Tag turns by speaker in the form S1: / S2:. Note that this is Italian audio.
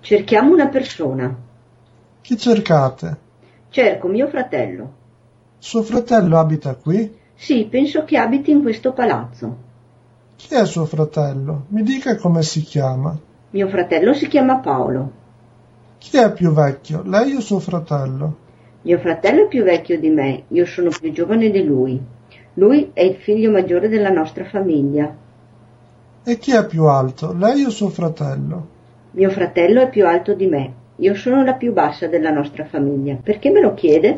S1: Cerchiamo una persona.
S2: Chi cercate?
S1: Cerco mio fratello.
S2: Suo fratello abita qui?
S1: Sì, penso che abiti in questo palazzo.
S2: Chi è suo fratello? Mi dica come si chiama.
S1: Mio fratello si chiama Paolo.
S2: Chi è più vecchio, lei o suo fratello?
S1: Mio fratello è più vecchio di me, io sono più giovane di lui. Lui è il figlio maggiore della nostra famiglia.
S2: E chi è più alto, lei o suo fratello?
S1: Mio fratello è più alto di me, io sono la più bassa della nostra famiglia. Perché me lo chiede?